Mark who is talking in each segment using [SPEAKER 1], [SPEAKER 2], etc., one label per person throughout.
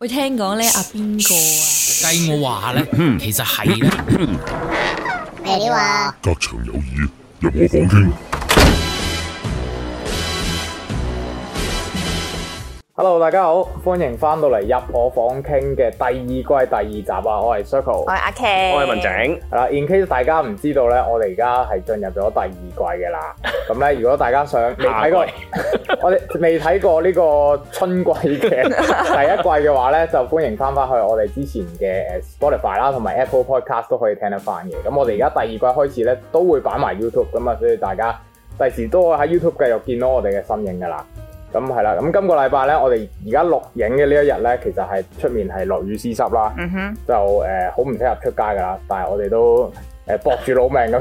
[SPEAKER 1] 喂，聽講咧，阿邊個啊？
[SPEAKER 2] 計我話咧，其實係咧，
[SPEAKER 3] 咩料啊？
[SPEAKER 4] 隔牆有耳，入我房傾。
[SPEAKER 5] Hello，大家好，歡迎翻到嚟入我房傾嘅第二季第二集啊！我係 Circle，
[SPEAKER 3] 我係阿 K，
[SPEAKER 6] 我係文。井，
[SPEAKER 5] 係啦。In case 大家唔知道咧，我哋而家係進入咗第二季嘅啦。咁咧，如果大家想未睇過，我哋 未睇過呢個春季嘅第一季嘅話咧，就歡迎翻翻去我哋之前嘅誒呃 Spotify 啦，同埋 Apple Podcast 都可以聽得翻嘅。咁我哋而家第二季開始咧，都會擺埋 YouTube 咁啊，所以大家第時都會喺 YouTube 繼續見到我哋嘅身影噶啦。咁係啦，咁今個禮拜咧，我哋而家錄影嘅呢一日咧，其實係出面係落雨絲濕啦，
[SPEAKER 3] 嗯哼，
[SPEAKER 5] 就呃誒好唔適合出街噶啦，但係我哋都誒搏住老命咁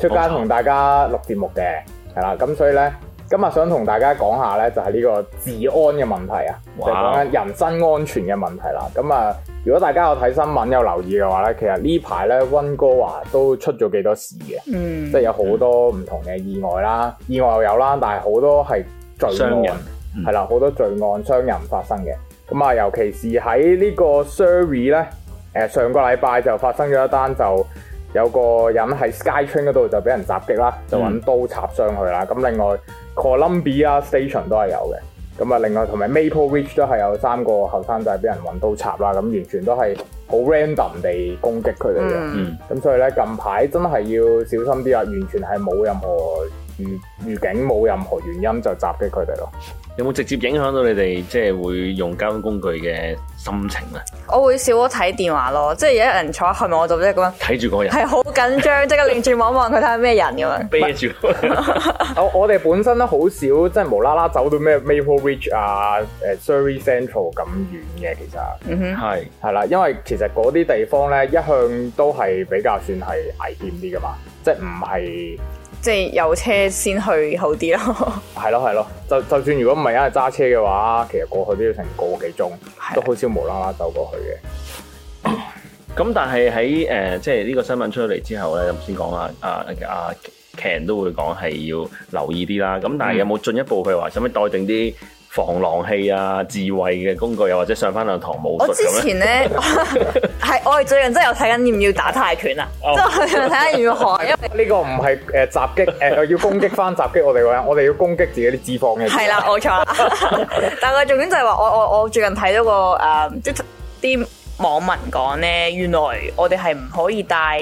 [SPEAKER 5] 出街同大家錄節目嘅，係啦，咁所以咧，今日想同大家講下咧，就係呢個治安嘅問題啊，就係講
[SPEAKER 6] 哇
[SPEAKER 5] 緊人身安全嘅問題啦。咁啊，如果大家有睇新聞有留意嘅話咧，其實呢排咧温哥華都出咗幾多事嘅。
[SPEAKER 3] 嗯
[SPEAKER 5] 即係有好多唔同嘅意外啦，意外又有啦，但係好多係罪
[SPEAKER 6] 傷
[SPEAKER 5] 案
[SPEAKER 6] 人，嗯
[SPEAKER 5] 係啦，好多罪案傷人發生嘅。咁啊，尤其是喺呢個 Surrey 咧，誒、上個禮拜就發生咗一單就有個人喺 SkyTrain 嗰度就俾人襲擊
[SPEAKER 6] 嗯
[SPEAKER 5] 啦，就揾刀插傷佢啦。咁、另外 Columbia Station 都係有嘅。咁啊，另外同埋 Maple Ridge 都係有三個後生仔俾人揾刀插啦，咁完全都係好 random 地攻擊佢哋嘅。
[SPEAKER 3] 嗯
[SPEAKER 5] 咁所以咧，近排真係要小心啲啦，完全係冇任何預預警，冇任何原因就襲擊佢哋咯。
[SPEAKER 6] 有冇直接影響到你哋即係會用交通工具嘅心情啊？
[SPEAKER 3] 我會少咗睇電話咯，即係有一人坐喺後面我就即係咁樣，
[SPEAKER 6] 睇住個人，
[SPEAKER 3] 係好緊張，即刻擰轉望一望佢睇下咩人咁樣。
[SPEAKER 6] 啤住個人，
[SPEAKER 5] 我我哋本身都好少，即係無啦啦走到咩 Maple Ridge 啊、誒 Surrey Central 咁遠嘅，其實
[SPEAKER 3] 嗯哼，
[SPEAKER 6] 係
[SPEAKER 5] 係啦，因為其實嗰啲地方咧一向都係比較算係危險啲噶嘛，即係唔係
[SPEAKER 3] 即係有車先去好啲咯。
[SPEAKER 5] 係咯係咯，就就算如果唔係因為揸車嘅話，其實過去都要成個幾鐘，都好少無啦啦走過去嘅。
[SPEAKER 6] 咁，但係喺誒即係呢個新聞出咗嚟之後咧，頭先講啦，啊啊 Ken 都會講係要留意啲啦。咁
[SPEAKER 3] 嗯
[SPEAKER 6] 但係有冇進一步譬如話，使唔使帶定啲防狼器啊、智慧嘅工具，啊又或者上翻兩堂武
[SPEAKER 3] 我
[SPEAKER 6] 術
[SPEAKER 3] 之
[SPEAKER 6] 咁咧？
[SPEAKER 3] 前 咧係我哋最近真係有睇緊要唔要打泰拳啊，
[SPEAKER 6] 哦
[SPEAKER 3] 即係我哋睇下要唔要學，啊因為
[SPEAKER 5] 呢個唔呃係誒襲 擊誒、要攻擊翻襲擊我哋嗰人，我哋要攻擊自己啲脂肪嘅。
[SPEAKER 3] 係啦，冇錯啦。但係重點就係話，我我我最近睇到個誒、嗯即係啲網民講咧，原來我哋係唔可以帶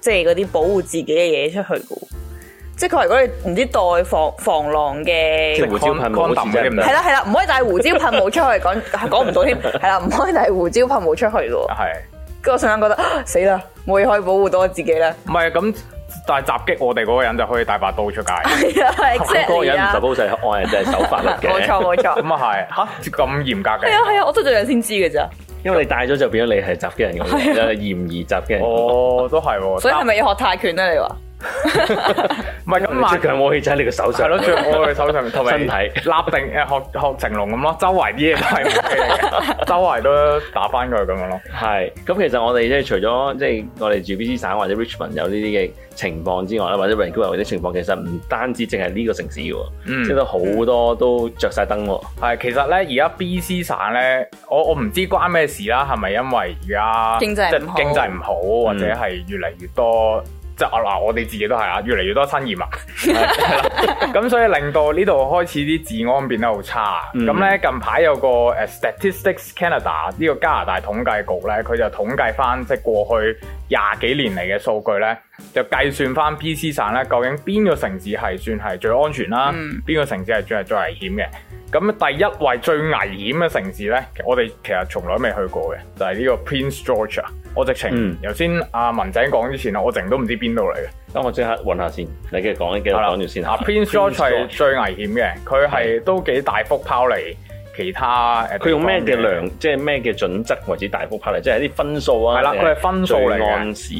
[SPEAKER 3] 即係嗰啲保護自己嘅嘢出去嘅喎。即係佢話如果你唔知帶防防狼
[SPEAKER 6] 即
[SPEAKER 3] 嘅
[SPEAKER 6] 係。啊胡椒噴霧好似真係唔
[SPEAKER 3] 係
[SPEAKER 6] 得，
[SPEAKER 3] 啦係啦，唔可以帶胡椒噴霧出去，講 係講唔到添。係啦，唔可以帶胡椒噴霧出去嘅
[SPEAKER 6] 啊
[SPEAKER 3] 喎。
[SPEAKER 5] 係
[SPEAKER 3] 跟住我瞬間覺得啊死啦，冇嘢可以保護到我自己 啦。
[SPEAKER 5] 唔係咁？但係襲擊我哋嗰個人就可以帶把刀出 街，咁
[SPEAKER 3] 係啊
[SPEAKER 6] 嗰個
[SPEAKER 3] ，exactly
[SPEAKER 6] 人唔
[SPEAKER 3] 啊
[SPEAKER 6] suppose 係按人哋係守法律 嘅，
[SPEAKER 3] 冇錯冇 錯。
[SPEAKER 5] 啊係嚇咁嚴格
[SPEAKER 3] 係
[SPEAKER 5] 嘅
[SPEAKER 3] 啊。係啊，我都最近先知嘅咋。
[SPEAKER 6] 因為你帶咗就變咗你係襲擊人咁 樣，
[SPEAKER 3] 啊
[SPEAKER 6] 嫌疑襲擊人。
[SPEAKER 5] 哦，都係喎。
[SPEAKER 6] 啊
[SPEAKER 3] 所以係咪要學泰拳啊咧？你話？
[SPEAKER 5] 唔係咁
[SPEAKER 6] 即係強武器就喺你個手
[SPEAKER 5] 係
[SPEAKER 6] 上。
[SPEAKER 5] 咯，着我嘅手上 面同埋
[SPEAKER 6] 身體
[SPEAKER 5] 立定誒學學成龍咁咯，周圍啲嘢都係 OK 嘅，周圍都打翻佢咁樣咯。
[SPEAKER 6] 係，咁其實我哋即係除咗即係我哋住 BC 省或者 Richmond 有呢啲嘅情況之外啦，或者 Vancouver 有啲情況，其實唔單止淨係呢個城市嘅喎，
[SPEAKER 5] 嗯
[SPEAKER 6] 即係都好多都着晒燈喎。
[SPEAKER 5] 係其實咧，而家 B.C 省咧，我我唔知關咩事啦，係咪因為而家
[SPEAKER 3] 經濟
[SPEAKER 5] 即
[SPEAKER 3] 唔
[SPEAKER 5] 係
[SPEAKER 3] 好
[SPEAKER 5] 經濟唔好，或者係越嚟越多，即係我嗱，我哋自己都係啊，越嚟越多新移民， 係啦咁所以令到呢度開始啲治安變得好差。
[SPEAKER 6] 嗯
[SPEAKER 5] 咁咧、近排有個誒 Statistics Canada 呢個加拿大統計局咧，佢就統計翻即係過去廿幾年嚟嘅數據咧，就計算翻 B.C 省咧究竟邊個城市係算係最安全啦
[SPEAKER 3] 嗯，
[SPEAKER 5] 邊個、城市係算係最危險嘅。咁第一位最危險嘅城市呢，我哋其實從來未去過嘅，就係、呢個 Prince George 啊！我直情
[SPEAKER 6] 嗯
[SPEAKER 5] 頭先阿文仔講之前啊，我直情都唔知邊度嚟嘅。
[SPEAKER 6] 咁我即刻揾下先，你繼續講，繼續
[SPEAKER 5] 係啦
[SPEAKER 6] 講住先
[SPEAKER 5] 啊，Prince George 係最危險嘅，佢係都幾大幅拋離其他誒。
[SPEAKER 6] 佢用咩嘅
[SPEAKER 5] 量？
[SPEAKER 6] 量，即係咩嘅準則為之大幅拋嚟？即係啲分數啊，
[SPEAKER 5] 係啦
[SPEAKER 6] 定
[SPEAKER 5] 佢係分數嚟嘅
[SPEAKER 6] 罪案時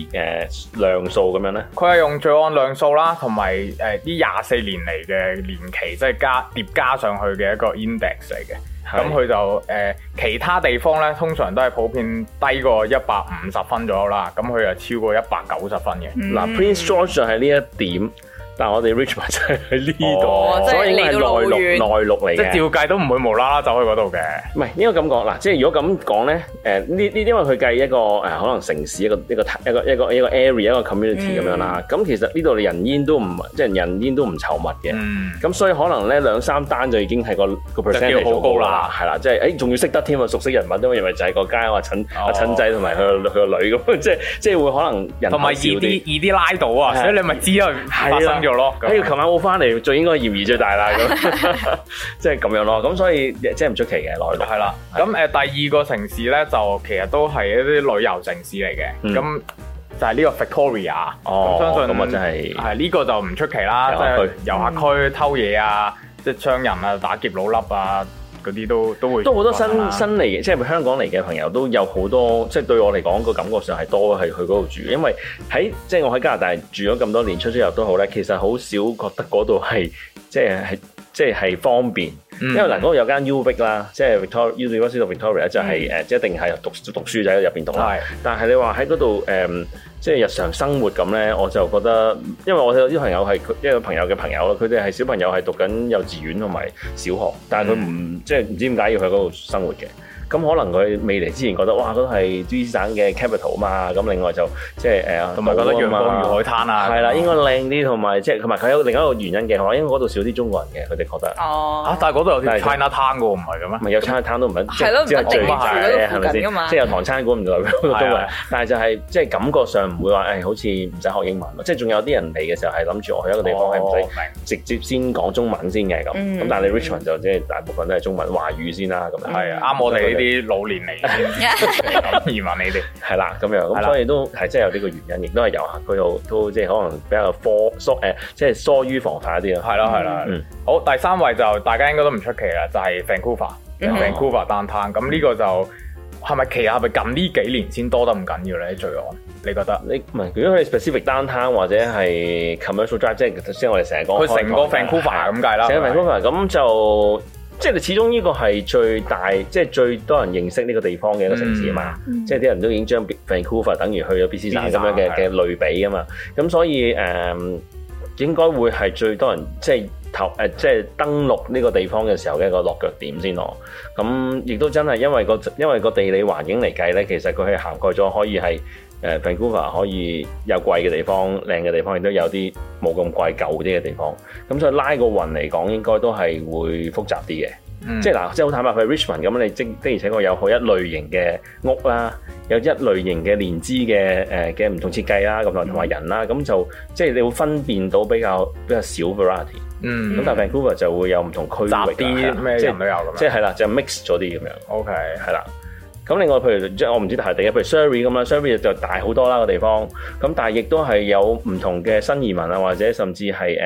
[SPEAKER 6] 誒量數咁樣咧。
[SPEAKER 5] 佢係用罪案量數啦，同埋誒呢廿四年嚟嘅年期，即係加疊加上去嘅一個 index 嚟嘅。
[SPEAKER 6] 係
[SPEAKER 5] 咁佢就誒、呃其他地方咧，通常都係普遍低過一百五十分左右啦，咁佢就超過一百九十分嘅。嗯
[SPEAKER 6] 嗯嗱，Prince George 就係呢一點，但係我哋 Richmond 就係喺呢
[SPEAKER 3] 哦
[SPEAKER 6] 度，
[SPEAKER 3] 即係
[SPEAKER 6] 所以應該係
[SPEAKER 3] 嚟到
[SPEAKER 6] 內
[SPEAKER 3] 路
[SPEAKER 6] 陸
[SPEAKER 3] 遠
[SPEAKER 6] 內陸嚟
[SPEAKER 5] 即
[SPEAKER 6] 嘅
[SPEAKER 5] 係。照計都唔會無啦啦走去嗰度嘅。
[SPEAKER 6] 唔係應該咁講嗱，即係如果咁講咧，誒呢呢，因為佢計一個誒、可能城市一個一個一個一個一個 area 一個
[SPEAKER 5] 嗯
[SPEAKER 6] community 咁樣啦，咁、其實呢度你人煙都唔即係人煙都唔稠密嘅。
[SPEAKER 5] 嗯，
[SPEAKER 6] 咁所以可能咧兩三單就已經係個個
[SPEAKER 5] 就叫
[SPEAKER 6] percentage
[SPEAKER 5] 好高啦
[SPEAKER 6] 係啦，即係誒仲要識得添啊，熟悉人物，因為咪就係個街阿陳阿陳仔同埋佢佢個女咁， 即係即係會可能人口
[SPEAKER 5] 同埋
[SPEAKER 6] 少
[SPEAKER 5] 易啲
[SPEAKER 6] 啲。
[SPEAKER 5] 易啲拉到啊，
[SPEAKER 6] 係
[SPEAKER 5] 所以你咪知道
[SPEAKER 6] 係啊哎
[SPEAKER 5] 發生咗咯。咁
[SPEAKER 6] 喺佢琴晚冇翻嚟，最應該嫌疑最大啦，咁 即係咁樣咯。咁所以即係唔出奇嘅內陸
[SPEAKER 5] 係啦，咁誒、第二個城市咧就其實都係一啲旅遊城市嚟
[SPEAKER 6] 嗯
[SPEAKER 5] 嘅，咁、就係呢個 Victoria，
[SPEAKER 6] 哦
[SPEAKER 5] 咁相信
[SPEAKER 6] 咁啊真係
[SPEAKER 5] 係呢個就唔出奇啦，
[SPEAKER 6] 遊
[SPEAKER 5] 即
[SPEAKER 6] 客
[SPEAKER 5] 係
[SPEAKER 6] 區嗯
[SPEAKER 5] 遊客區偷嘢啊，即係槍人啊、打劫老笠啊嗰啲都都會
[SPEAKER 6] 都好多新
[SPEAKER 5] 發生啦
[SPEAKER 6] 新嚟嘅，即係香港嚟嘅朋友都有好多，即係對我嚟講個感覺上係多係去嗰度住，因為喺即係我喺加拿大住咗咁多年，出出入都好咧，其實好少覺得嗰度係即係係即係係方便，
[SPEAKER 5] 嗯
[SPEAKER 6] 因為嗱嗰度有間 U Vic 啦，即係 Victoria U v i c Victoria 就係、
[SPEAKER 5] 嗯
[SPEAKER 6] 誒、即係一定係讀讀書仔喺入邊讀啦
[SPEAKER 5] 係。
[SPEAKER 6] 但係你話喺嗰度誒，即係日常生活咁咧，我就覺得，因為我有啲朋友係佢一個朋友嘅朋友啦，佢哋係小朋友係讀緊幼稚園同埋小學，但係佢
[SPEAKER 5] 嗯
[SPEAKER 6] 唔即係唔知點解要去嗰度生活嘅。咁可能佢未嚟之前覺得哇，嗰度係珠省嘅 capital 嘛，咁另外就即係誒，
[SPEAKER 5] 同埋覺得陽光與海灘啊，
[SPEAKER 6] 係啦，應該靚啲，同埋即係同埋佢有另一個原因嘅，可能因為嗰度少啲中國人嘅，佢哋覺得。
[SPEAKER 5] 啊
[SPEAKER 3] 哦，，
[SPEAKER 5] 但係嗰度有條
[SPEAKER 6] 但係
[SPEAKER 5] China Town 嘅喎，唔係嘅咩？
[SPEAKER 6] 咪有餐攤都唔係，即
[SPEAKER 3] 係咯
[SPEAKER 6] 只係
[SPEAKER 3] 唔一定
[SPEAKER 6] 聚
[SPEAKER 5] 話
[SPEAKER 6] 集
[SPEAKER 5] 住
[SPEAKER 3] 嗰度
[SPEAKER 6] 啫，
[SPEAKER 3] 附
[SPEAKER 6] 係咪
[SPEAKER 3] 近㗎
[SPEAKER 6] 先？
[SPEAKER 3] 嘛
[SPEAKER 6] 即係有唐餐館唔代表都
[SPEAKER 5] 係
[SPEAKER 6] 係
[SPEAKER 5] 啊，
[SPEAKER 6] 但係就係即係感覺上唔會話誒，好似唔使學英文咯。即係仲有啲人嚟嘅時候係諗住我去一個地方係唔
[SPEAKER 5] 哦明
[SPEAKER 6] 使直接先講中文先嘅咁。
[SPEAKER 3] 嗯嗯
[SPEAKER 6] 咁但係你 Richmond 就即係大部分都係中文華語先啦，咁樣
[SPEAKER 5] 係啊啱我哋呢啲老年嚟 嘅移民你哋。
[SPEAKER 6] 係啦，咁樣
[SPEAKER 5] 係
[SPEAKER 6] 咁
[SPEAKER 5] 啦
[SPEAKER 6] 所以都係真係有呢個原因，亦都係遊客區度都即係可能比較疏疏誒，即係疏於防範一啲咯。
[SPEAKER 5] 係啦，係啦。
[SPEAKER 6] 嗯
[SPEAKER 5] 好，第三位就大家應該都唔出奇啦，就係、Vancouver、
[SPEAKER 3] 嗯
[SPEAKER 5] Vancouver downtown。咁呢個就係咪其實係咪近呢幾年先多得咁緊要咧？罪案，你覺得？
[SPEAKER 6] 你唔係，如果佢哋 specific downtown 或者係 commercial drive，即係頭先我哋成日講
[SPEAKER 5] 佢成個
[SPEAKER 6] 開啊台
[SPEAKER 5] Vancouver 咁計啦，
[SPEAKER 6] 寫文
[SPEAKER 5] 係咪
[SPEAKER 6] 方法咁就即係你始終呢個係最大，即係最多人認識呢個地方嘅一個城市啊嘛。即係啲人都已經將 Vancouver 等於去咗 BC 省咁樣嘅
[SPEAKER 5] BC 省
[SPEAKER 6] 嘅類比啊嘛。咁所以誒、應該會係最多人即係。投誒、即係登陸呢個地方嘅時候嘅一個落腳點先咯，咁亦都真係因為個因為個地理環境嚟計咧，其實佢係涵蓋咗可以係誒 Vancouver 可以有貴嘅地方、靚嘅地方，亦都有啲冇咁貴舊啲嘅地方。咁所以拉個雲嚟講，應該都係會複雜啲嘅。
[SPEAKER 5] 嗯
[SPEAKER 6] 即係嗱，即係好坦白，譬如 Richmond 咁，你即的而且確有好一類型嘅屋啦，有一類型嘅連枝嘅誒嘅唔同設計啦，咁同
[SPEAKER 5] 嗯
[SPEAKER 6] 埋人啦，咁就即係你會分辨到比較比較少 variety。
[SPEAKER 5] 嗯
[SPEAKER 6] 咁但係 Vancouver 就會有唔同區域啊
[SPEAKER 5] 雜啲咩
[SPEAKER 6] 即
[SPEAKER 5] 人旅
[SPEAKER 6] 係
[SPEAKER 5] 遊咁
[SPEAKER 6] 即
[SPEAKER 5] 樣。
[SPEAKER 6] 係係啦，就 mix 咗啲咁樣。
[SPEAKER 5] O K，
[SPEAKER 6] 係啦。咁另外，譬如即係我唔知大地，譬如 Surrey 咁啦，Surrey 就大好多啦個地方。咁但係亦都係有唔同嘅新移民啊，或者甚至係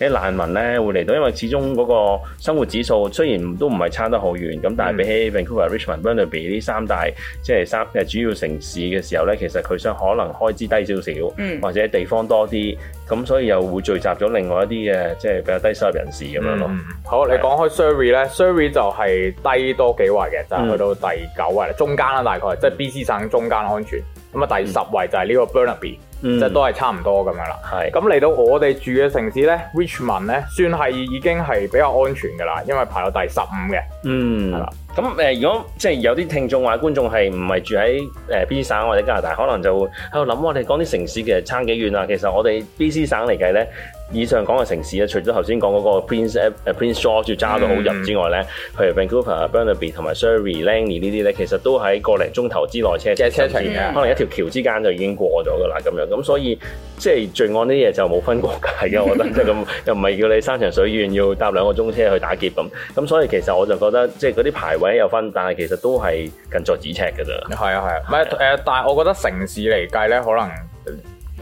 [SPEAKER 6] 誒啲難民咧會嚟到，因為始終嗰個生活指數雖然都唔係差得好遠，咁
[SPEAKER 5] 嗯
[SPEAKER 6] 但係比起 Vancouver、Richmond、Burnaby 呢三大即係三誒主要城市嘅時候咧，其實佢想可能開支低少少，
[SPEAKER 3] 嗯
[SPEAKER 6] 或者地方多啲，咁所以又會聚集咗另外一啲嘅即係比較低收入人士咁樣咯。
[SPEAKER 5] 嗯好，你講開 Surrey 咧，Surrey 就係低多幾位嘅，就係去
[SPEAKER 6] 嗯
[SPEAKER 5] 到第九位啦，中間啦大概，即係 B C 省中間安全。咁啊，第十位就係呢個 Burnaby，
[SPEAKER 6] 嗯
[SPEAKER 5] 即係都係差唔多咁樣啦。
[SPEAKER 6] 係
[SPEAKER 5] 咁嚟到我哋住嘅城市咧，Richmond 咧，算係已經係比較安全㗎啦，因為排到第十五嘅。
[SPEAKER 6] 嗯，
[SPEAKER 5] 係
[SPEAKER 6] 係
[SPEAKER 5] 啦
[SPEAKER 6] 啦。咁誒、如果即係有啲聽眾或者觀眾係唔係住喺誒 B C 省或者加拿大，可能就會喺度諗我哋講啲城市其實差幾遠啊。其實我哋 B C 省嚟計咧，以上講嘅城市咧，啊除咗頭先講嗰個 Prince 誒 Prince George 要揸到好入之外咧，
[SPEAKER 5] 嗯
[SPEAKER 6] 譬如 Vancouver、Burnaby 啊同埋 Surrey、Langley 呢啲咧，其實都喺個零鐘頭之內車
[SPEAKER 5] 嘅車程
[SPEAKER 6] 甚至
[SPEAKER 5] 嘅
[SPEAKER 6] 可能一條橋之間就已經過咗噶啦咁樣。咁所以即係罪案呢啲嘢就冇分國界嘅，我覺得即係咁，又唔係叫你山長水遠要搭兩個鐘車去打劫咁。咁所以其實我就覺得即係嗰啲排位有分，但係其實都係近在咫尺㗎咋。
[SPEAKER 5] 係啊係啊，唔係誒，但係我覺得城市嚟計咧，可能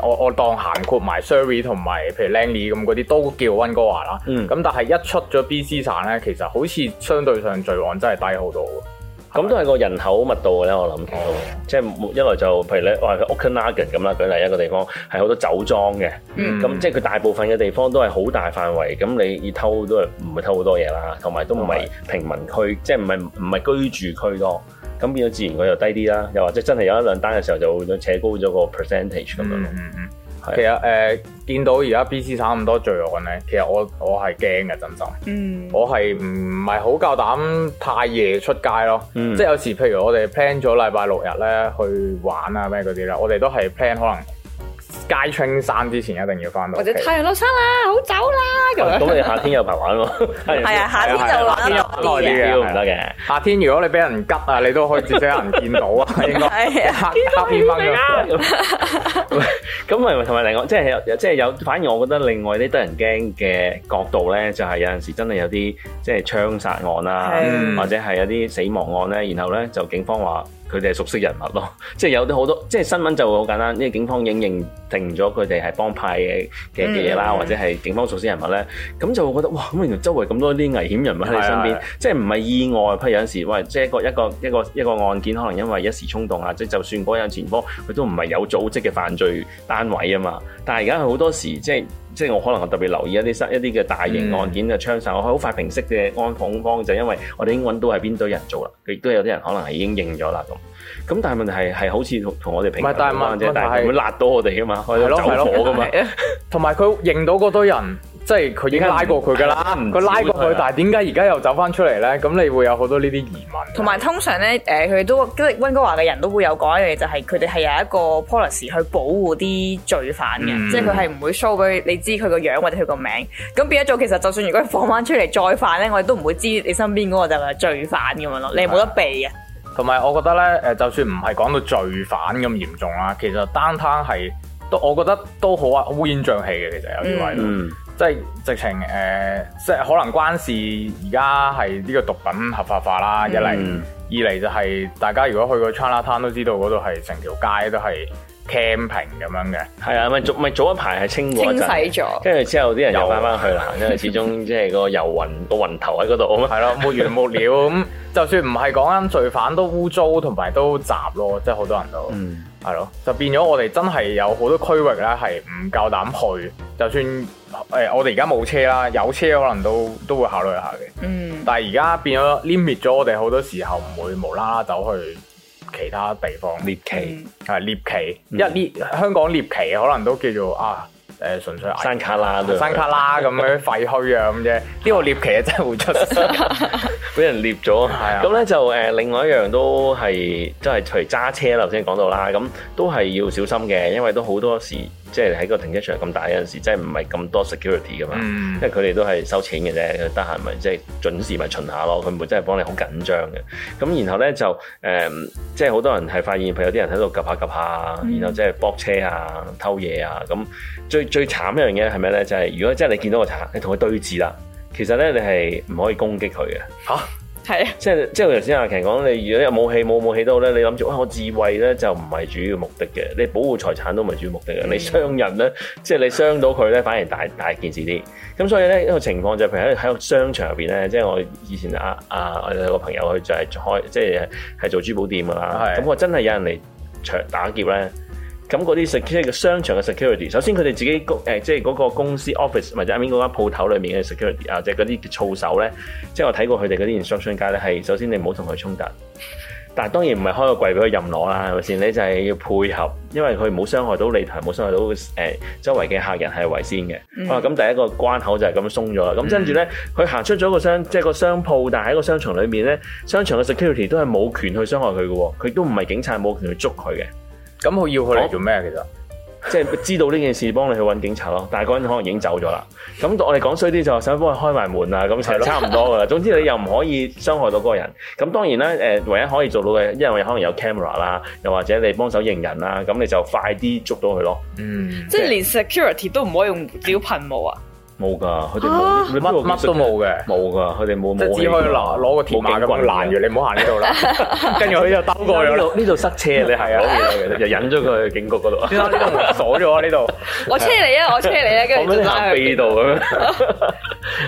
[SPEAKER 5] 我我當涵括埋 Surrey 同埋譬如 Langley 咁嗰啲都叫温哥華啦。咁、
[SPEAKER 6] 嗯
[SPEAKER 5] 但係一出咗 B.C 省咧，其實好似相對上罪案真係低好多
[SPEAKER 6] 咁都係個人口密度嘅咧，我諗其實
[SPEAKER 3] 嗯
[SPEAKER 6] 都即係冇一來就譬如咧，我係 Okanagan 咁啦，舉例一個地方係好多酒莊嘅，
[SPEAKER 3] 嗯
[SPEAKER 6] 咁即係佢大部分嘅地方都係好大範圍，咁你要偷都係唔會偷好多嘢啦，同埋都唔係平民區，即係唔係唔係居住區多，咁變咗自然佢又低啲啦，又或者真係有一兩單嘅時候就會扯高咗個 percentage 咁
[SPEAKER 5] 咁
[SPEAKER 6] 樣
[SPEAKER 5] 樣
[SPEAKER 6] 咯
[SPEAKER 5] 咯。。嗯嗯
[SPEAKER 6] 係
[SPEAKER 5] 其實誒、呃、見到而家 B.C. 省咁多罪案咧，其實我我係驚嘅，真心。
[SPEAKER 3] 嗯，
[SPEAKER 5] 我係唔係好夠膽太夜出街咯？
[SPEAKER 6] 嗯
[SPEAKER 5] 即係有時譬如我哋 plan 咗禮拜六日咧去玩啊咩嗰啲咧，我哋都係 plan 可能街青山之前一定要翻到
[SPEAKER 3] 或
[SPEAKER 5] 屋企
[SPEAKER 3] 者。太陽落山啦，好走啊啦咁樣。
[SPEAKER 6] 咁你夏天有排玩喎，
[SPEAKER 3] 係啊，夏天就玩得
[SPEAKER 5] 夏天有
[SPEAKER 3] 落
[SPEAKER 5] 耐
[SPEAKER 3] 啲啊
[SPEAKER 5] 啲
[SPEAKER 3] 嘅。
[SPEAKER 5] 嘅
[SPEAKER 6] 唔得嘅。
[SPEAKER 5] 夏天如果你俾人吉啊，你都可以至少有人見到 啊，應該
[SPEAKER 3] 係
[SPEAKER 6] 嗯
[SPEAKER 3] 啊，
[SPEAKER 5] 黑面蚊啊
[SPEAKER 6] 咁咪同埋另外，即係有即係有，反而我覺得另外啲得人驚嘅角度咧，就係、有陣時真係有啲即係槍殺案啦，
[SPEAKER 3] 係
[SPEAKER 6] 或者係有啲死亡案咧，啊然後咧就警方話佢哋係熟悉人物咯， 即係有啲好多即係新聞就會好簡單，因為警方已經認定咗佢哋係幫派嘅嘅嘅嘢啦，
[SPEAKER 3] 嗯
[SPEAKER 6] 或者係警方熟悉人物咧，咁就會覺得哇，咁原來周圍咁多啲危險人物喺你身
[SPEAKER 5] 係
[SPEAKER 6] 邊
[SPEAKER 5] 係。
[SPEAKER 6] 即係唔係意外，譬如有陣時，喂，即係一個一個一個一個案件，可能因為一時衝動啊，即係就算嗰有前科，佢都唔係有組織嘅犯罪單位啊嘛。但係而家好多時，即係即係我可能我特別留意一啲新一啲嘅大
[SPEAKER 5] 嗯
[SPEAKER 6] 型案件嘅啊槍殺，我好快平息嘅安恐慌，就因為我哋已經揾到係邊堆人做啦，亦都有啲人可能係已經認咗啦咁。咁但係問題係係好似同同我哋平
[SPEAKER 5] 唔係但係
[SPEAKER 6] 反
[SPEAKER 5] 問
[SPEAKER 6] 啫，但係
[SPEAKER 5] 問題係
[SPEAKER 6] 會辣到我哋噶啊嘛，我 哋
[SPEAKER 5] 係咯
[SPEAKER 6] 走
[SPEAKER 5] 係咯
[SPEAKER 6] 火啊噶嘛。
[SPEAKER 5] 同埋佢認到嗰堆人，即係佢已經拉過佢噶啦，
[SPEAKER 6] 嗯
[SPEAKER 5] 佢拉過
[SPEAKER 6] 嗯
[SPEAKER 5] 佢，但係點解而家又走翻出嚟咧？咁你會有好多呢啲疑問。
[SPEAKER 3] 同埋通常咧，誒佢都即係温哥華嘅人都會有講一樣嘢，就係佢哋係有一個 policy 去保護啲罪犯嘅，
[SPEAKER 5] 嗯
[SPEAKER 3] 即係佢係唔會 show 俾你知佢個樣或者佢個名。咁變咗做其實，就算如果佢放翻出嚟再犯咧，我哋都唔會知你身邊嗰個就係罪犯咁樣咯，你係冇得避啊嘅。
[SPEAKER 5] 同埋我覺得咧，誒，就算唔係講到罪犯咁嚴重啦，其實單攤係都，我覺得都好啊，烏煙瘴氣嘅。其實有啲位都，
[SPEAKER 6] 嗯，
[SPEAKER 5] 即係直情誒、呃即係可能關事而家係呢個毒品合法化啦，一嚟，
[SPEAKER 6] 嗯
[SPEAKER 5] 二嚟就係大家如果去過 China Town 都知道嗰度係成條街都係 camping 咁樣嘅，
[SPEAKER 6] 係啊，咪早咪早一排係清過
[SPEAKER 3] 清
[SPEAKER 6] 一
[SPEAKER 3] 洗
[SPEAKER 6] 陣。
[SPEAKER 3] 咗，
[SPEAKER 6] 跟住之後啲人又翻翻去 啦，因為始終即係個遊魂個雲頭喺嗰度啊嘛。
[SPEAKER 5] 係咯，沒完沒 了咁。就算唔係講緊罪犯，都污糟同埋都雜咯，即係好多人都。
[SPEAKER 6] 嗯，
[SPEAKER 5] 係咯，就變咗我哋真係有好多區域咧係唔夠膽去，就算誒、呃我哋而家冇車啦，有車可能都都會考慮下嘅。
[SPEAKER 3] 嗯，
[SPEAKER 5] 但係而家變咗 limit 咗我哋好多時候唔會無啦啦走去其他地方，
[SPEAKER 6] 獵奇
[SPEAKER 5] 係獵奇，因
[SPEAKER 6] 嗯
[SPEAKER 5] 為獵香港獵奇可能都叫做啊誒、呃、純粹啊
[SPEAKER 6] 山卡拉都有
[SPEAKER 5] 山卡啦咁樣廢墟啊咁啫，呢個獵奇真係會出 事，
[SPEAKER 6] 俾人獵咗，
[SPEAKER 5] 啊
[SPEAKER 6] 咁咧就誒、呃另外一樣都係都係除揸車啦，頭先講到啦，咁都係要小心嘅，因為都好多時即係喺個停車場咁大有陣時，真係唔係咁多 security 噶嘛。
[SPEAKER 5] 嗯
[SPEAKER 6] 因為佢哋都係收錢嘅啫，佢得閒咪即係準時咪巡下咯，佢唔會真係幫你好緊張嘅。咁然後咧就誒、嗯即係好多人係發現，譬如有啲人喺度及下及下，然後即係搏車啊、偷嘢啊。咁最最慘一樣嘢係咩咧？就係、如果真係你見到個賊，你同佢對峙啦，其實咧你係唔可以攻擊佢嘅。
[SPEAKER 3] 係啊，
[SPEAKER 6] 即係即係頭先阿瓊講，你如果有武器冇武器都好咧，你諗住哇我自衞咧就唔係主要目的嘅，你保護財產都唔係主要目的嘅，你傷人咧，即係你傷到佢咧，反而大大件事啲。咁所以咧一個情況就係譬如喺喺個商場入邊咧，即係我以前啊啊我有個朋友佢就係開即係係做珠寶店噶啦，
[SPEAKER 5] 係
[SPEAKER 6] 咁我真係有人嚟搶打劫咧。咁嗰啲 sec 即係個商場嘅 security，首先佢哋自己公誒即係嗰個公司 office 或者入面嗰間鋪頭裏面嘅 security 啊，即係嗰啲操守咧，即係我睇過佢哋嗰啲 instruction 街咧，係首先你唔好同佢衝突，但係當然唔係開個櫃俾佢任攞啦，係咪先？你就係要配合，因為佢唔好傷害到你，同埋冇傷害到誒、周圍嘅客人係為先嘅。
[SPEAKER 3] 嗯
[SPEAKER 6] 啊，咁第一個關口就係咁鬆咗啦。咁跟住咧，佢行出咗個商，即係個商鋪，但係喺個商場裏面咧，商場嘅 security 都係冇權去傷害佢嘅喎，佢都唔係警察冇權去捉佢嘅。
[SPEAKER 5] 咁佢要佢嚟做咩其實？
[SPEAKER 6] 即係知道呢件事，幫你去揾警察咯。但係嗰個人可能已經走咗啦。咁我哋講衰啲就係想幫佢開埋門啊，咁 就差唔多噶啦。 總之你又唔可以傷害到嗰個人。咁當然啦，誒、唯一可以做到嘅，因為可能有 camera 啦，又或者你幫手認人啦，咁你就快啲捉到佢咯。
[SPEAKER 5] 嗯，
[SPEAKER 3] 即係連 security 都唔可以用胡椒噴霧 啊！
[SPEAKER 6] 冇㗎，佢哋冇你邊度
[SPEAKER 5] 啊乜嗯乜都冇嘅。啊
[SPEAKER 6] 冇㗎，佢哋冇
[SPEAKER 5] 即
[SPEAKER 6] 冇
[SPEAKER 5] 係
[SPEAKER 6] 器
[SPEAKER 5] 只可以攞攞個鐵馬咁樣攔住，你唔好行呢度啦。 跟住佢就兜
[SPEAKER 6] 冇
[SPEAKER 5] 過
[SPEAKER 6] 警棍
[SPEAKER 5] 咗
[SPEAKER 6] 㗎呢
[SPEAKER 5] 啦。
[SPEAKER 6] 度呢度塞車，你係 啊，就引咗佢去警局 嗰度。
[SPEAKER 5] 先生呢度門鎖咗啊呢度。
[SPEAKER 3] 我車你啊，我車你啊，
[SPEAKER 6] 我
[SPEAKER 3] 跟住
[SPEAKER 6] 俾
[SPEAKER 3] 就
[SPEAKER 6] 你
[SPEAKER 3] 拉
[SPEAKER 6] 行
[SPEAKER 3] 去
[SPEAKER 6] 秘度咁樣，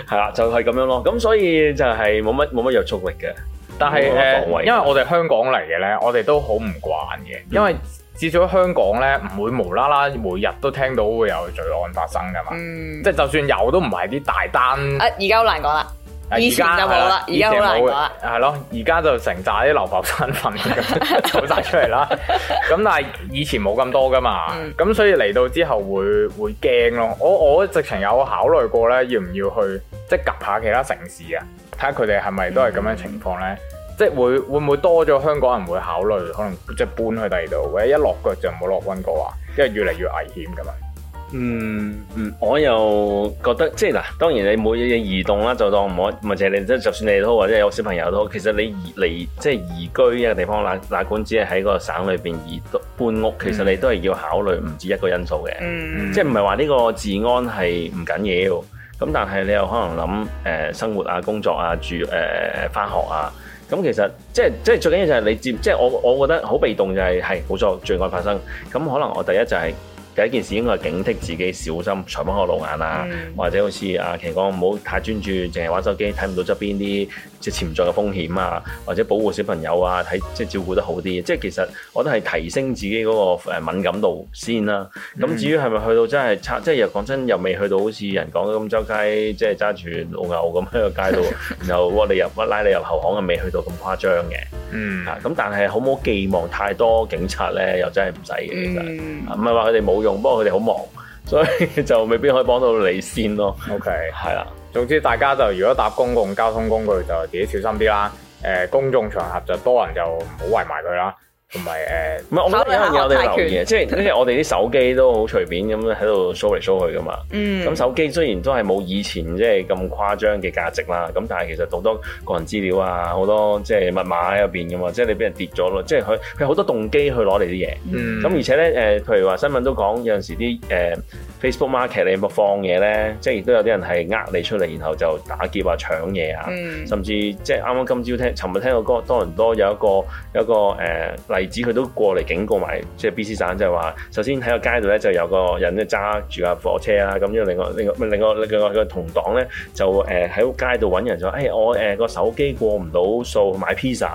[SPEAKER 6] 係啦，就係咁樣咯。咁所以就係冇乜冇乜約束力嘅。呃
[SPEAKER 5] 但係誒
[SPEAKER 6] 冇乜防，衞
[SPEAKER 5] 因為我哋香港嚟嘅咧，我哋都好唔慣嘅，因為至少香港咧唔會無啦啦每日都聽到會有罪案發生噶嘛。
[SPEAKER 3] 嗯，
[SPEAKER 5] 即係就算有都唔係啲大單，
[SPEAKER 3] 啊，而家好難講啦，以前就冇啦
[SPEAKER 5] 而家
[SPEAKER 3] 而家好難
[SPEAKER 5] 係
[SPEAKER 3] 講啦
[SPEAKER 5] 係咯，而家就成扎啲流浮身份 咁走晒出嚟啦。咁但係以前冇咁多噶嘛，
[SPEAKER 3] 嗯
[SPEAKER 5] 咁、所以嚟到之後會會驚咯。我我直情有考慮過咧，要唔要去即係及下其他城市啊，睇下佢哋係咪都係咁樣情況咧。
[SPEAKER 3] 嗯
[SPEAKER 5] 即係會會唔會多咗香港人會考慮可能即係搬去第二度，或者一落腳就唔好落温哥華，因為越嚟越危險噶嘛。
[SPEAKER 6] 嗯嗯，我又覺得即係嗱，當然你每日移動啦，就當唔可，唔係淨係你，即係就算你都好，或者有小朋友都好，其實你移嚟即係移居一個地方，哪哪管只係喺個省裏邊移動搬屋，其實你都係要考慮唔止一個因素嘅。
[SPEAKER 3] 嗯，
[SPEAKER 6] 即係唔係話呢個治安係唔緊要，咁但係你又可能諗誒、呃生活啊、工作啊、住誒翻、學啊，咁其實即係即係最緊要就係你接，即係我我覺得好被動就係係冇錯罪案發生，咁可能我第一就係、第一件事應該係警惕自己小心財不可露眼啊，
[SPEAKER 3] 嗯
[SPEAKER 6] 或者好似阿奇講唔好太專注，淨係玩手機睇唔到側邊啲即係潛在嘅風險啊，或者保護小朋友啊，睇即係照顧得好啲。即係其實我覺得係提升自己嗰個誒敏感度先啦。咁、至於係咪去到真係拆，即係又講真又未去到好似人講咁周街即係揸住老牛咁喺個街度，然後屈你入屈拉你入後巷，又未去到咁誇張嘅。
[SPEAKER 5] 嗯
[SPEAKER 6] 啊，咁但係好唔好寄望太多警察咧？又真係唔使嘅，其實。
[SPEAKER 3] 嗯
[SPEAKER 6] 啊唔係話佢哋冇用，不過佢哋好忙，所以就未必可以幫到你先咯。
[SPEAKER 5] ，OK。
[SPEAKER 6] 係啦，
[SPEAKER 5] 總之大家就如果搭公共交通工具就自己小心啲啦。誒、公眾場合就多人就唔好圍埋佢啦，同埋呃誒
[SPEAKER 6] 唔係我覺得
[SPEAKER 3] 考
[SPEAKER 6] 有一樣嘢我
[SPEAKER 3] 慮下
[SPEAKER 6] 哋
[SPEAKER 3] 學
[SPEAKER 6] 留
[SPEAKER 3] 泰
[SPEAKER 6] 意嘅，即 係即係我哋啲手機都好隨便咁樣喺度 show 嚟 show 去噶嘛。
[SPEAKER 3] 嗯，
[SPEAKER 6] 咁手機雖然都係冇以前即係咁誇張嘅價值啦，咁但係其實好多個人資料啊，好多即係密碼喺入邊噶嘛，即係你俾人跌咗咯，即係佢佢有好多動機去攞你啲嘢。
[SPEAKER 5] 嗯
[SPEAKER 6] 咁、而且咧誒、呃譬如話新聞都講有陣時啲誒、呃 Facebook Market 你有冇放嘢咧，即係亦都有啲人係呃你出嚟，然後就打劫啊、搶嘢啊。
[SPEAKER 3] 嗯
[SPEAKER 6] 甚至即係啱啱今朝聽，尋日聽到哥多倫多有一個有一個誒、呃例子，佢都過嚟警告埋即係 B.C. 省，就係話首先喺個街度咧就有個人咧揸住架火車啦，咁樣另外另外另外另外個同黨咧就誒喺街度揾人就話，誒、我誒個、手機過唔到數買 pizza，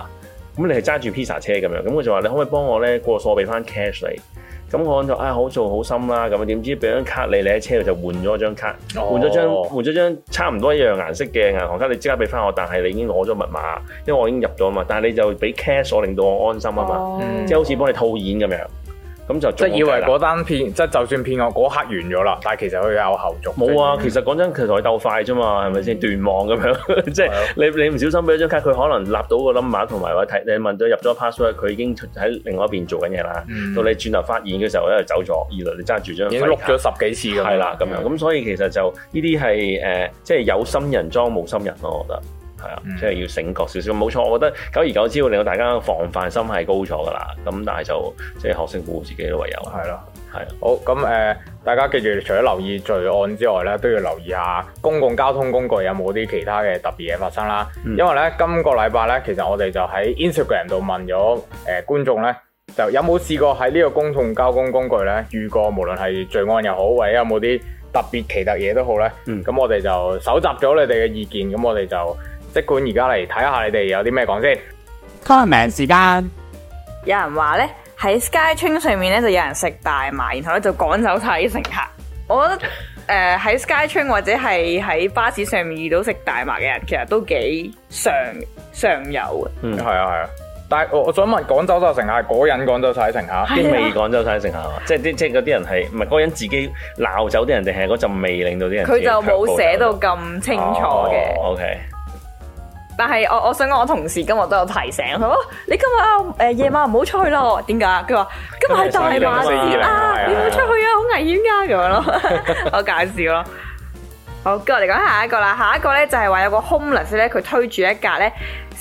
[SPEAKER 6] 咁你係揸住 pizza 車咁樣，咁佢就話你可唔可以幫我咧過數我俾翻 cash 你？咁我就啊好做好心啦，咁點知俾張卡你，你喺車度就換咗張卡，
[SPEAKER 5] 哦
[SPEAKER 6] 換咗張換咗張差唔多一樣顏色嘅銀行卡，你即刻俾翻我，但係你已經攞咗密碼，因為我已經入咗啊嘛，但係你就俾 cash 我，令到我安心啊
[SPEAKER 3] 哦
[SPEAKER 6] 嘛，
[SPEAKER 5] 嗯
[SPEAKER 6] 即係好似幫你套現咁樣，咁就
[SPEAKER 5] 即係以為
[SPEAKER 6] 中咗計啦
[SPEAKER 5] 嗰單騙，即係就算騙案嗰刻完咗啦，但係其實佢有後續。
[SPEAKER 6] 冇啊，其實講真，其實佢鬥快啫嘛，係咪先斷網咁樣？ 即係
[SPEAKER 5] 啊
[SPEAKER 6] 你你唔小心俾咗張卡，佢可能立到個 number 同埋話睇你問到入咗 password，佢已經喺另外一邊做緊嘢啦。到你轉頭發現嘅時候咧，就走咗。二來你揸住張
[SPEAKER 5] 已經
[SPEAKER 6] 廢
[SPEAKER 5] 碌
[SPEAKER 6] 卡
[SPEAKER 5] 咗十幾次㗎
[SPEAKER 6] 係啦，咁樣咁所以其實就呢啲係誒，即係有心人裝冇心人咯，我覺得係啊，
[SPEAKER 5] 嗯
[SPEAKER 6] 即係要醒覺少少。冇錯，我覺得久而久之會令到大家防範心係高咗噶啦。咁但係就即係學識保護自己咯，唯有
[SPEAKER 5] 係咯。
[SPEAKER 6] 係啊。
[SPEAKER 5] 好咁誒、呃大家記住，除咗留意罪案之外咧，都要留意下公共交通工具有冇啲其他嘅特別嘢發生啦。
[SPEAKER 6] 嗯
[SPEAKER 5] 因為咧，今個禮拜咧，其實我哋就喺 Instagram 度問咗誒、呃觀眾咧，就有冇試過喺呢個公共交通工具咧遇過，無論係罪案又好，或者有冇啲特別奇特嘢都好咧。
[SPEAKER 6] 嗯
[SPEAKER 5] 咁、我哋就搜集咗你哋嘅意見，咁我哋就即管而家嚟睇下你哋有啲咩講先。
[SPEAKER 7] comment 時間，
[SPEAKER 3] 有人話咧喺 Sky 村上面咧就有人食大麻，然後咧就趕走晒啲乘客。我 覺得誒喺、Sky 村或者係喺巴士上面遇到食大麻嘅人，其實都幾常常有嘅。
[SPEAKER 6] 嗯
[SPEAKER 5] 係啊係啊，但係我我想問廣州就城下嗰人廣州晒城下。
[SPEAKER 3] 啊
[SPEAKER 6] 啲味趕走晒成下嘛，即係啲即係嗰啲人係唔係嗰個人自己鬧走啲人定係嗰陣味令到啲人
[SPEAKER 3] 佢就冇寫到咁清楚嘅。
[SPEAKER 6] O K，
[SPEAKER 3] 但係我我想講，我同事今日都有提醒佢話：哇你今日誒夜晚唔好出去咯。點解？佢話今日係大麻節啊，
[SPEAKER 5] 今
[SPEAKER 3] 你
[SPEAKER 5] 日係
[SPEAKER 3] 唔好出去啊，好危險㗎咁樣咯。 我介紹咯。好，跟住我哋講下一個啦。下一個咧就係話有個 homeless 咧，佢推住一架咧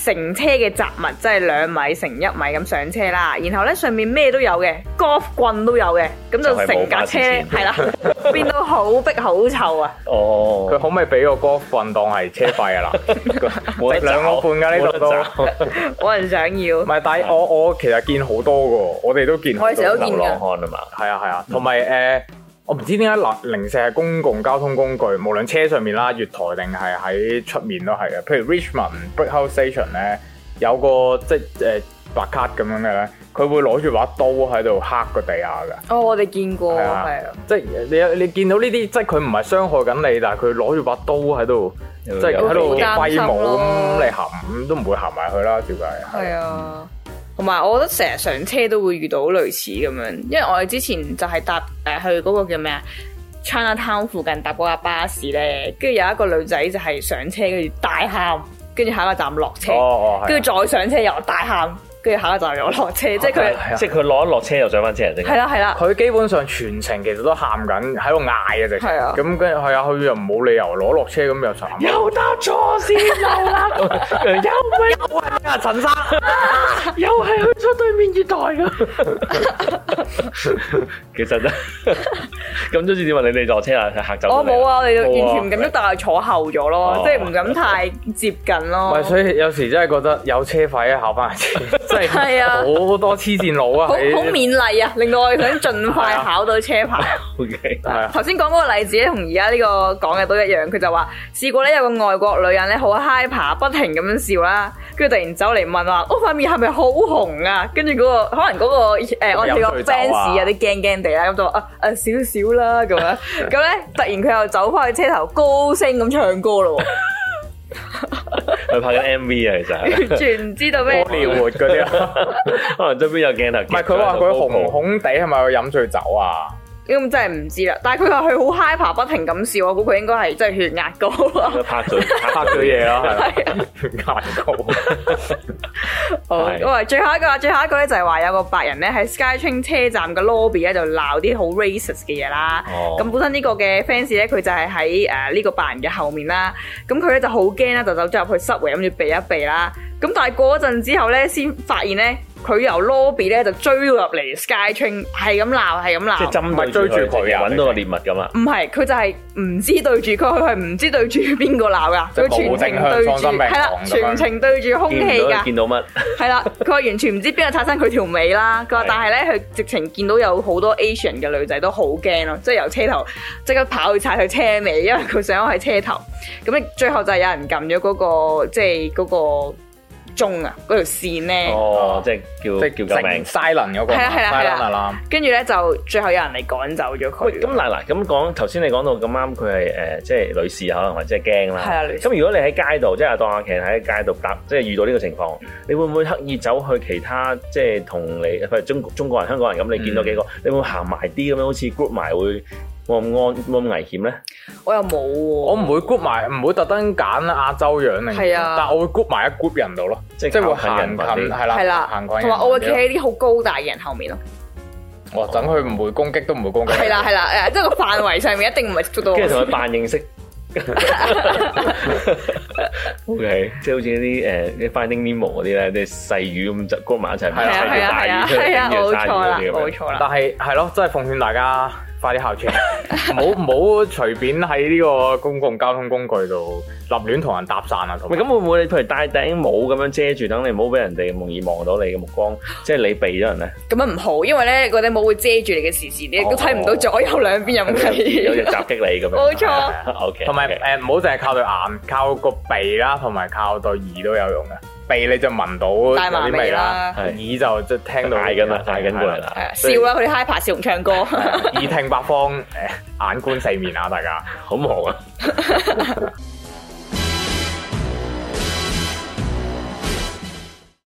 [SPEAKER 3] 成車嘅雜物，即係兩米乘一米咁上車啦。然後咧上面咩都有嘅，golf 棍都有嘅，咁
[SPEAKER 6] 就
[SPEAKER 3] 就
[SPEAKER 6] 係
[SPEAKER 3] 成
[SPEAKER 6] 冇
[SPEAKER 3] 架
[SPEAKER 6] 巴
[SPEAKER 3] 車
[SPEAKER 6] 士
[SPEAKER 3] 咧
[SPEAKER 6] 線
[SPEAKER 3] 係啦，變到好逼好臭啊！
[SPEAKER 5] 佢
[SPEAKER 6] 哦，
[SPEAKER 5] 可唔可以俾個歌份當係車費啊啦？
[SPEAKER 6] 冇得
[SPEAKER 5] 食兩個
[SPEAKER 6] 找
[SPEAKER 5] 半㗎呢度都
[SPEAKER 6] 冇得找
[SPEAKER 3] 冇人想要
[SPEAKER 5] 唔。係，但 係我我其實見好多噶，我哋都見好多。
[SPEAKER 3] 我哋成日都見
[SPEAKER 6] 流浪漢啊嘛，
[SPEAKER 5] 係啊係啊，同埋誒，我唔知點解零零舍係公共交通工具，無論車上面啦、月台定係喺出面都係嘅。譬如 Richmond Brickhouse Station 咧，有個即係誒白卡咁樣嘅咧，佢會攞住把刀喺度黑個地下嘅。
[SPEAKER 3] 哦，我哋見過，
[SPEAKER 5] 係啊
[SPEAKER 3] 係啊，
[SPEAKER 5] 即係你你見到呢啲，即係佢唔係傷害緊你，但係佢攞住把刀喺度，即
[SPEAKER 6] 有
[SPEAKER 5] 係喺度
[SPEAKER 3] 有啲擔心
[SPEAKER 5] 揮舞
[SPEAKER 3] 咯
[SPEAKER 5] 咁，你含都唔會含埋佢啦，照計。
[SPEAKER 3] 係啊。同埋我覺得成日上車都會遇到類似咁樣，因為我哋之前就係搭誒、呃去嗰個叫咩啊 China Town 附近搭嗰架巴士咧，跟住有一個女仔就係上車跟住大喊，跟住下一個站落車，
[SPEAKER 5] 哦哦，係
[SPEAKER 3] 跟住、再上車又大喊，跟住下一個站又落車，即係佢
[SPEAKER 5] 係啊啊
[SPEAKER 6] 即係佢落一落車又上翻車人
[SPEAKER 3] 係
[SPEAKER 6] 哋。
[SPEAKER 3] 啦係啦。
[SPEAKER 5] 佢基本上全程其實都喊緊，喺度嗌啊直情。
[SPEAKER 3] 係啊
[SPEAKER 5] 咁跟住係啊，佢又冇理由攞落車咁又慘。
[SPEAKER 6] 又搭錯線路啦，又咪
[SPEAKER 5] 啊，陳生，
[SPEAKER 6] 又係去咗對面月台咁。其實咧， 咁都知點啊？你哋落車啦，嚇走咗
[SPEAKER 3] 我
[SPEAKER 6] 你
[SPEAKER 3] 冇啊，我哋
[SPEAKER 6] 冇啊
[SPEAKER 3] 完全唔敢喐，但係坐後咗
[SPEAKER 6] 哦
[SPEAKER 3] 咯，即係唔敢太接近
[SPEAKER 5] 唔
[SPEAKER 3] 咯
[SPEAKER 5] 係，。所以有時真係覺得有車費考翻下車， 真係
[SPEAKER 3] 係啊
[SPEAKER 5] 好多黐線佬啊！
[SPEAKER 3] 好好
[SPEAKER 5] 喺
[SPEAKER 3] 勉勵啊，令到我哋想盡快
[SPEAKER 5] 係啊
[SPEAKER 3] 考到車牌。
[SPEAKER 6] OK，
[SPEAKER 5] 係啊
[SPEAKER 3] 頭先講嗰個例子咧，同而家呢個講嘅都一樣。佢就話試過咧，有個外國女人咧好 high 爬，不停咁樣笑啦，跟住突然走嚟問話：我塊面係咪好紅啊？跟住嗰個可能嗰、個誒我哋個
[SPEAKER 5] 飲醉酒啊
[SPEAKER 3] fans 有啲驚驚地啦，咁就話啊啊少少啦咁樣。咁咧突然佢又走翻去車頭高聲咁唱歌咯
[SPEAKER 6] 佢拍緊 MV 啊，其實係
[SPEAKER 3] 喎，完全唔知道咩
[SPEAKER 5] 荷。里活嗰啲啊，
[SPEAKER 6] 可能周邊有鏡頭。唔
[SPEAKER 5] 唔係佢話佢紅紅地係咪佢飲醉酒啊？
[SPEAKER 3] 咁真係唔知啦，但係佢話佢好 high 爬，不停咁笑，我估佢應該係真係血壓高啊。
[SPEAKER 6] 拍咗
[SPEAKER 5] 拍
[SPEAKER 6] 拍
[SPEAKER 5] 咗
[SPEAKER 6] 咗
[SPEAKER 5] 嘢
[SPEAKER 6] 嘢。啊
[SPEAKER 5] 啦，係啊牙膏。
[SPEAKER 3] 好，
[SPEAKER 6] 係
[SPEAKER 3] 咁啊，最後一個，最後一個咧就係話有個白人咧喺 SkyTrain 車站嘅 lobby 啊咧就鬧啲好 racist 嘅嘢啦。
[SPEAKER 6] 哦
[SPEAKER 3] 咁、本身呢個嘅 fans 咧，佢就係喺誒呢個白人嘅後面啦。咁佢咧就好驚啦，就走咗入去 subway 諗住避一避啦。咁但係過咗陣之後咧，先發現咧佢由 lobby 咧就追入嚟 SkyTrain，係咁鬧，係咁
[SPEAKER 6] 即
[SPEAKER 3] 鬧。
[SPEAKER 6] 係針對
[SPEAKER 5] 唔係追住佢啊
[SPEAKER 6] 揾到個獵物咁啦。
[SPEAKER 3] 唔係，佢就係唔知對住佢，佢係唔知對住邊個鬧噶，
[SPEAKER 5] 即係
[SPEAKER 3] 佢全程
[SPEAKER 5] 冇
[SPEAKER 3] 對
[SPEAKER 5] 定向喪
[SPEAKER 3] 住，
[SPEAKER 5] 心病
[SPEAKER 3] 係啦，
[SPEAKER 5] 狂咁
[SPEAKER 3] 全
[SPEAKER 5] 樣
[SPEAKER 3] 程對住空
[SPEAKER 6] 見
[SPEAKER 3] 氣
[SPEAKER 6] 唔到
[SPEAKER 3] 㗎
[SPEAKER 6] 佢。見到乜？
[SPEAKER 3] 係啦，佢話完全唔知邊個產生佢條尾啦。佢話
[SPEAKER 6] 係
[SPEAKER 3] 但係咧，佢直情見到有好多 Asian 嘅女仔都好驚咯，即係由車頭即刻跑去踩佢車尾，因為佢想喺車頭。咁你最後就係有人撳咗嗰個即係嗰個鐘啊，嗰條線咧。
[SPEAKER 6] 哦，即係叫
[SPEAKER 5] 即
[SPEAKER 6] 叫
[SPEAKER 5] 係
[SPEAKER 6] 救命。
[SPEAKER 5] silent 嗰個
[SPEAKER 3] 係啦係啦係啊啦
[SPEAKER 5] silent alarm。
[SPEAKER 3] 跟住咧就最後有人嚟趕走咗
[SPEAKER 6] 喂，
[SPEAKER 3] 佢。
[SPEAKER 6] 咁嗱嗱，咁講頭先你講到咁啱，佢係誒，即係女士可能或者係驚啦。
[SPEAKER 3] 係啊女士
[SPEAKER 6] 咁如果你喺街度，即係當阿奇喺街度搭，即係遇到呢個情況，你會唔會刻意走去其他即係同你，譬如中中國人、香港人咁，
[SPEAKER 3] 嗯
[SPEAKER 6] 你見到幾個，你會唔會行埋啲咁樣，好似 group 埋會冇咁安冇咁危險咧？
[SPEAKER 3] 我又冇
[SPEAKER 5] 我
[SPEAKER 3] 喎。
[SPEAKER 5] 唔會 group 埋，唔會特登揀亞洲樣嚟，
[SPEAKER 3] 係啊
[SPEAKER 5] 但我會 group 埋一 group 人度咯，
[SPEAKER 6] 即
[SPEAKER 5] 即
[SPEAKER 6] 係
[SPEAKER 5] 係會
[SPEAKER 6] 靠近人
[SPEAKER 5] 行
[SPEAKER 6] 嗰
[SPEAKER 5] 近，
[SPEAKER 6] 啲
[SPEAKER 5] 係啦，
[SPEAKER 3] 係啦，
[SPEAKER 5] 啊行近人嗰啲
[SPEAKER 3] 同
[SPEAKER 5] 咯。
[SPEAKER 3] 埋我會企喺啲好高大嘅人後面咯。
[SPEAKER 5] 哇，等佢唔會攻擊都唔會攻擊。
[SPEAKER 3] 係啦係啦，誒，即係個範圍上面一定唔係捉到我。
[SPEAKER 6] 跟住同佢扮認 識。O K，即係好似啲誒啲 Finding Nemo 嗰啲咧，啲細魚咁就 group 埋一齊，
[SPEAKER 3] 係啊係啊係啊係啊，冇錯啦冇錯啦。
[SPEAKER 5] 但係係咯，真係奉勸大家快啲 校車，唔好唔好隨便喺呢個公共交通工具度立亂同人搭訕啊！同
[SPEAKER 6] 喂，
[SPEAKER 5] 埋
[SPEAKER 6] 咁會唔會你譬如戴頂帽咁樣遮住，等你唔好俾人哋容易望到你嘅目光，即係你避咗人咧？
[SPEAKER 3] 咁樣唔好，因為咧嗰頂帽會遮住你嘅視線，你亦都睇唔到左右兩邊有冇
[SPEAKER 6] 有隻
[SPEAKER 3] 嘢。
[SPEAKER 6] 襲擊你咁樣。
[SPEAKER 3] 冇錯。
[SPEAKER 6] O K。
[SPEAKER 5] 同埋誒，唔好淨係靠對眼，靠個鼻啦，同埋靠對耳都有用嘅。鼻你就聞到
[SPEAKER 3] 大麻
[SPEAKER 5] 有啲
[SPEAKER 3] 味
[SPEAKER 5] 味
[SPEAKER 3] 啦
[SPEAKER 5] 啦，
[SPEAKER 6] 係
[SPEAKER 5] 耳就即係聽到
[SPEAKER 6] 嗌緊啦，嗌緊過嚟啦。
[SPEAKER 3] 係啊笑啦，佢哋 high 爬笑同唱歌。
[SPEAKER 5] 耳聽八方，誒眼觀四面啊！大家。
[SPEAKER 6] 好忙啊！